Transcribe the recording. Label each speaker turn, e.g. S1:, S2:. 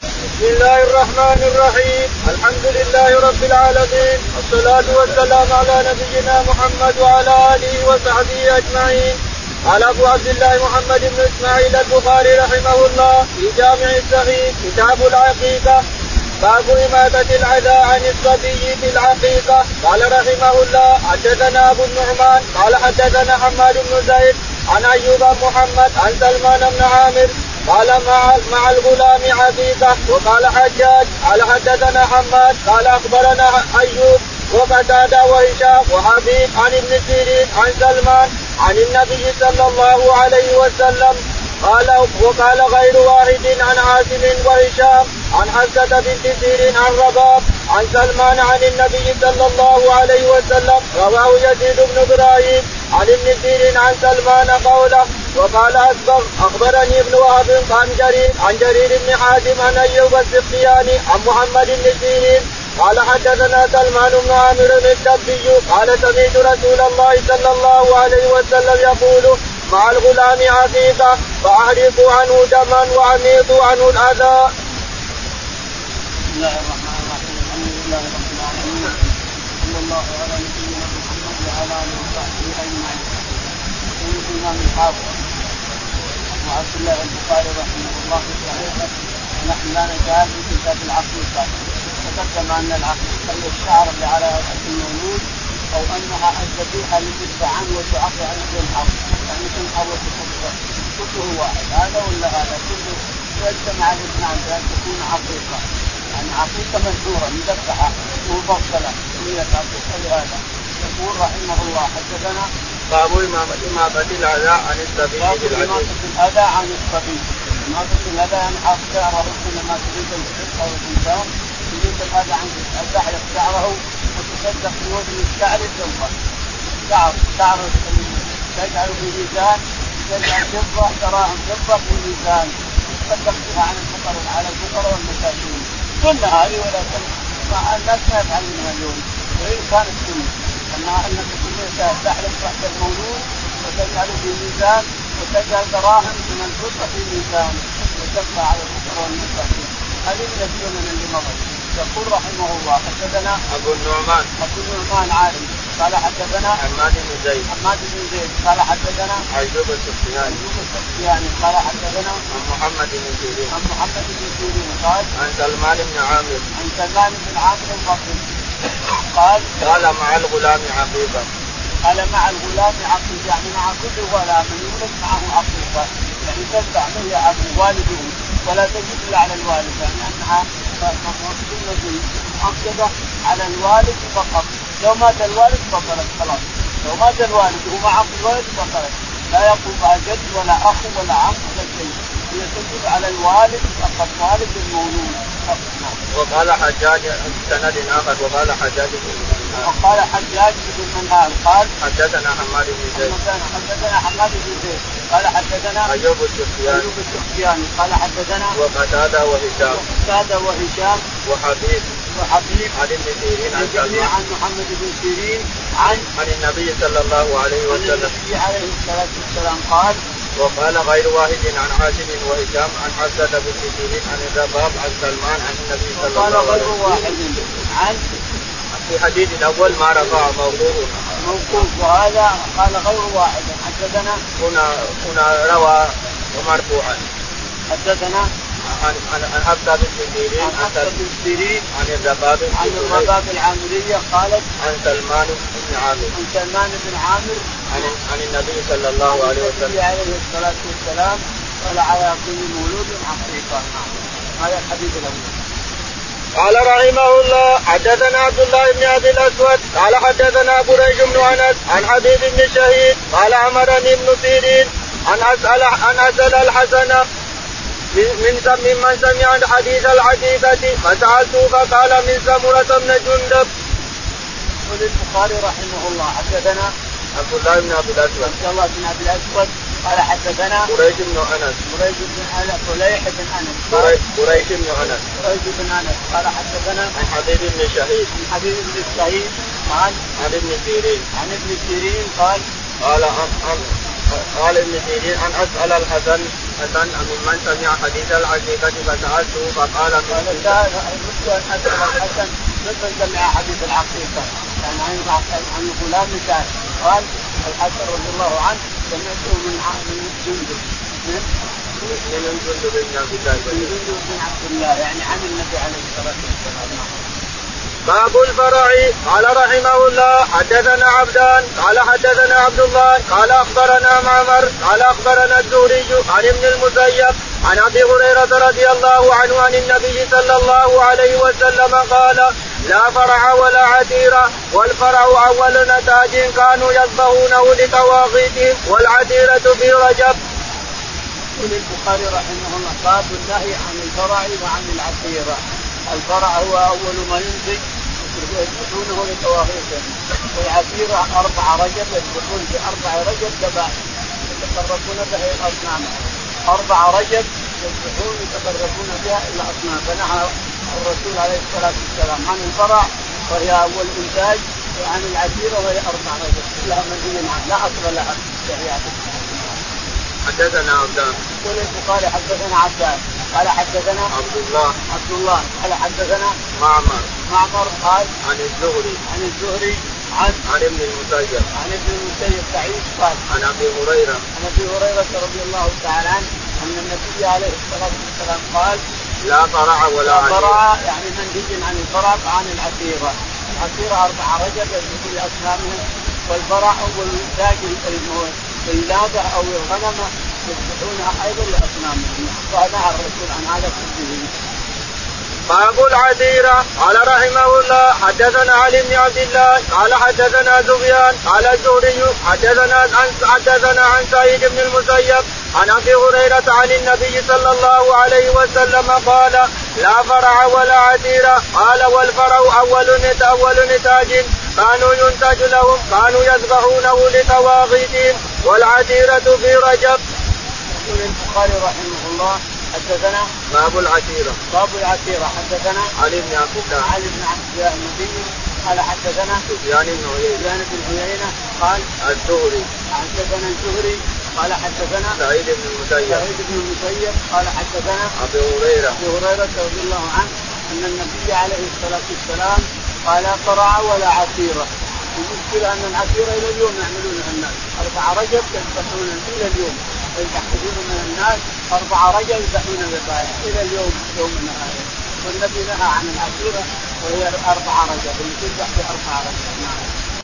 S1: بسم الله الرحمن الرحيم الحمد لله رب العالمين والصلاة والسلام على نبينا محمد وعلى آله وصحبه أجمعين قال أبو عبد الله محمد بن إسماعيل البخاري رحمه الله في جامع الصحيح كتاب العقيدة باب إماتة العزى عن الصبي في العقيقة قال رحمه الله حدثنا أبو النعمان قال حدثنا حماد بن زيد عن أيوب محمد عن سلمان بن عامر قال مع مع الغلام عقيقة وقال حجاج قال حدثنا حماد قال أخبرنا أيوب وقتادة وهشام وحبيب عن ابن سيرين عن سلمان عن النبي صلى الله عليه وسلم قال وقال غير واحد عن عاصم وهشام عن حسة بنت سيرين عن رباب عن سلمان عن النبي صلى الله عليه وسلم رواه يزيد بن ابراهيم عن ابن سيرين عن سلمان قوله وقال اسبغ اخبرني ابن وهب عن جرير عن جرير بن حازم عن ايوب السختياني عن محمد بن سيرين قال حدثنا سلمان بن عامر الدبي قال سمعت رسول الله صلى الله عليه وسلم يقول مع الغلام عقيقة فأعرضوا عنه دما وأميطوا عنه الأذى.
S2: بسم الله الرحمن الرحيم الحمد لله رب العالمين صلى الله على نبينا محمد وعلى اله وصحبه اجمعين يقول الامام الحافظ ابو عبد الله البخاري رحمه الله في صحيحه ونحن لا نزال في كتاب العقيقه تقدم ان العقيقه هي الشعر اللي على راس المولود او انها الذبيحه التي تدفع وتعفى عن تنحر يعني تنحر وتكفر كله واحد هذا ولا هذا كله يجتمع الاثنان بان تكون عقيقه يعني عقيقه مذبوحه مذبحه مفصله سميت عقيقه لهذا يقول رحمه الله حدثنا
S1: باب إمامة إمامة الأذى عن السبيل
S2: باب
S1: في العقيقة.
S2: إماطة الأذى عن الصبي إماطة الأذى عن شعره حينما تريد الحق أو الإنسان تريد الأذى عن الأذى شعره وتصدق بوزن الشعر الجنبة شعر شعر تجعل في ميزان تجعل فضة دراهم فضة في ميزان تصدق بها عن الفقراء على الفقراء والمساكين سنة هذه ولكن مع الناس ما يفعلونها اليوم وإن كانت سنة انها انك كلها تحلف تحت المولود وتجعل في ميزان وتجعل دراهم من الفطره في ميزان وتبقى على الفطره والمستقيم. هذه من السنن اللي مضت. يقول رحمه الله حدثنا
S1: أبو النعمان
S2: ابو نعمان عالم قال حدثنا
S1: حماد بن زيد
S2: حماد بن زيد قال حدثنا
S1: أيوب السختياني
S2: ايوب السختياني قال حدثنا
S1: عن محمد بن سيرين
S2: عن محمد بن سيرين قال
S1: عن سلمان بن عامر
S2: عن سلمان بن عامر البصري قال
S1: قال مع الغلام عقيقة
S2: قال مع الغلام عقل يعني مع كل غلام يولد معه عقيقة يعني تتبع هي عقل والده ولا تجد الا على الوالد يعني لانها مقصودة مؤكدة على الوالد فقط لو مات الوالد بطلت خلاص لو مات الوالد وهو مع عقل الوالد بطلت لا يقوم بها جد ولا اخ ولا عم ولا شيء هي تجب على الوالد فقط والد المولود فقط نعم.
S1: وقال حجاج سند آخر وقال حجاج بن
S2: وقال حجاج بن منهال قال
S1: حدثنا حماد بن زيد
S2: حدثنا حدثنا حماد بن زيد قال حدثنا
S1: أيوب السختياني
S2: ايوب السختياني قال حدثنا
S1: وقتادة وهشام
S2: قتاده وهشام
S1: وحبيب
S2: وحبيب
S1: عن ابن سيرين عن
S2: الجميع
S1: سلمان
S2: عن محمد بن سيرين عن
S1: عن النبي صلى الله عليه
S2: عن
S1: وسلم
S2: النبي عليه الصلاه والسلام قال
S1: وقال غير واحد عن عاصم وهشام عن حسد بن سيرين عن الرباب عن سلمان عن النبي صلى
S2: وقال
S1: الله عليه
S2: غير
S1: وسلم
S2: واحد عن
S1: في حديث الاول ما رفع موضوع
S2: موقوف وهذا قال غير واحد حدثنا
S1: هنا هنا روى مرفوعا
S2: حدثنا
S1: عن عن عن حسد بن سيرين
S2: عن
S1: عن
S2: حفصه
S1: سل-
S2: بن سيرين
S1: عن الرباب بن
S2: عن
S1: سيرين
S2: الرباب العامريه قالت
S1: عن سلمان بن عامر
S2: عن سلمان بن عامر
S1: عن عن النبي صلى الله عليه وسلم
S2: النبي عليه الصلاة والسلام قال على كل مولود حقيقة هذا الحديث الأول
S1: قال رحمه الله حدثنا عبد الله بن ابي الاسود قال حدثنا بريج بن انس عن حبيب بن شهيد قال امرني ابن سيرين ان اسال ان اسال الحسن من من سم- ممن سمع حديث العقيدة فسألته فقال من سمرة بن جندب.
S2: يقول البخاري رحمه الله حدثنا
S1: عبد الله بن ابي الاسود
S2: عبد الله بن أبي الأسود قال حدثنا
S1: بريج بن انس
S2: قريش بن أنس قليح بن أنس قال
S1: بري- بريج بن انس
S2: قريش بن أنس قال حدثنا
S1: عن حبيب بن شهيد
S2: عن حبيب بن السعيد قال
S1: عن ابن سيرين
S2: عن ابن سيرين قال
S1: قال عن عن قال ابن سيرين ان اسال الحسن حديثة ممن سمع حديث العقيقة فسألته فقال
S2: قال
S1: كنت
S2: السائل مثل الحسن والحسن مثل جميع حديث العقيقه كان عن عن غلام مثال قال الحسن رضي الله عنه سمعته من ع- من جندب من
S1: من جند بن عبد الله
S2: من
S1: بن
S2: جندب بن عبد الله يعني عن النبي عليه الصلاه والسلام نعم.
S1: باب الفرع قال رحمه الله حدثنا عبدان قال حدثنا عبد الله قال اخبرنا معمر قال اخبرنا الزهري عن ابن المسيب عن ابي هريره رضي الله عنه عن النبي صلى الله عليه وسلم قال لا فرع ولا عتيرة والفرع أول نتاج كانوا يصبغونه لطواغيتهم والعتيرة في رجب
S2: يقول البخاري رحمه الله باب النهي عن الفرع وعن العشيرة الفرع هو أول ما ينتج يذبحونه لطواغيتهم والعشيرة أربع رجب يذبحون في أربع رجب ذبائح يتقربون بها إلى أصنام أربع رجب يذبحون يتقربون بها إلى أصنام فنهى الرسول عليه الصلاة والسلام عن الفرع وهي أول إنتاج وعن العشيرة وهي أربع رجب كلها مدينة لا أصل لها في الشريعة
S1: حدثنا عبدان
S2: يقول البخاري حدثنا عباس قال حدثنا
S1: عبد الله
S2: عبد الله قال حدثنا
S1: معمر
S2: معمر قال
S1: عن الزهري
S2: عن الزهري عن
S1: عن ابن المسيب
S2: عن ابن المسيب سعيد قال
S1: عن ابي هريره
S2: عن ابي هريره رضي الله تعالى عنه ان النبي عليه الصلاه والسلام قال
S1: لا فرع ولا عتيرة
S2: الفرع يعني منهج عن الفرع عن العتيره العتيره اربع رجب يجب لاصنامهم والفرع اول انتاج الولاده او الغنمه يذبحونها ايضا لاصنامهم ونهى الرسول عن هذا كله
S1: باب العتيرة قال رحمه الله حدثنا علي بن عبد الله قال حدثنا سفيان قال الزهري حدثنا عن حدثنا عن سعيد بن المسيب عن ابي هريرة عن النبي صلى الله عليه وسلم قال لا فرع ولا عتيرة قال والفرع اول نت اول نتاج كانوا ينتج لهم كانوا يذبحونه لطواغيتهم والعتيرة في رجب
S2: يقول البخاري رحمه الله حدثنا
S1: باب العتيرة
S2: باب العتيرة حدثنا
S1: علي بن نعم. عبد الله
S2: علي بن عبد الله المديني قال حدثنا
S1: سفيان بن عيينة
S2: سفيان بن عيينة قال
S1: الزهري
S2: حدثنا الزهري قال حدثنا
S1: سعيد بن المسيب
S2: سعيد بن المسيب قال حدثنا
S1: ابي هريره
S2: ابي هريرة رضي الله عنه ان النبي عليه الصلاة والسلام قال لا قرع ولا عتيرة المشكلة أن العتيرة إلى اليوم يعملونها الناس أربع رجب يذبحون إلى اليوم يذبح كثير من الناس أربع رجب يذبحون الذبائح إلى اليوم يوم النهاية والنبي نهى عن العتيرة وهي أربع رجب اللي تذبح في أربع رجب نعم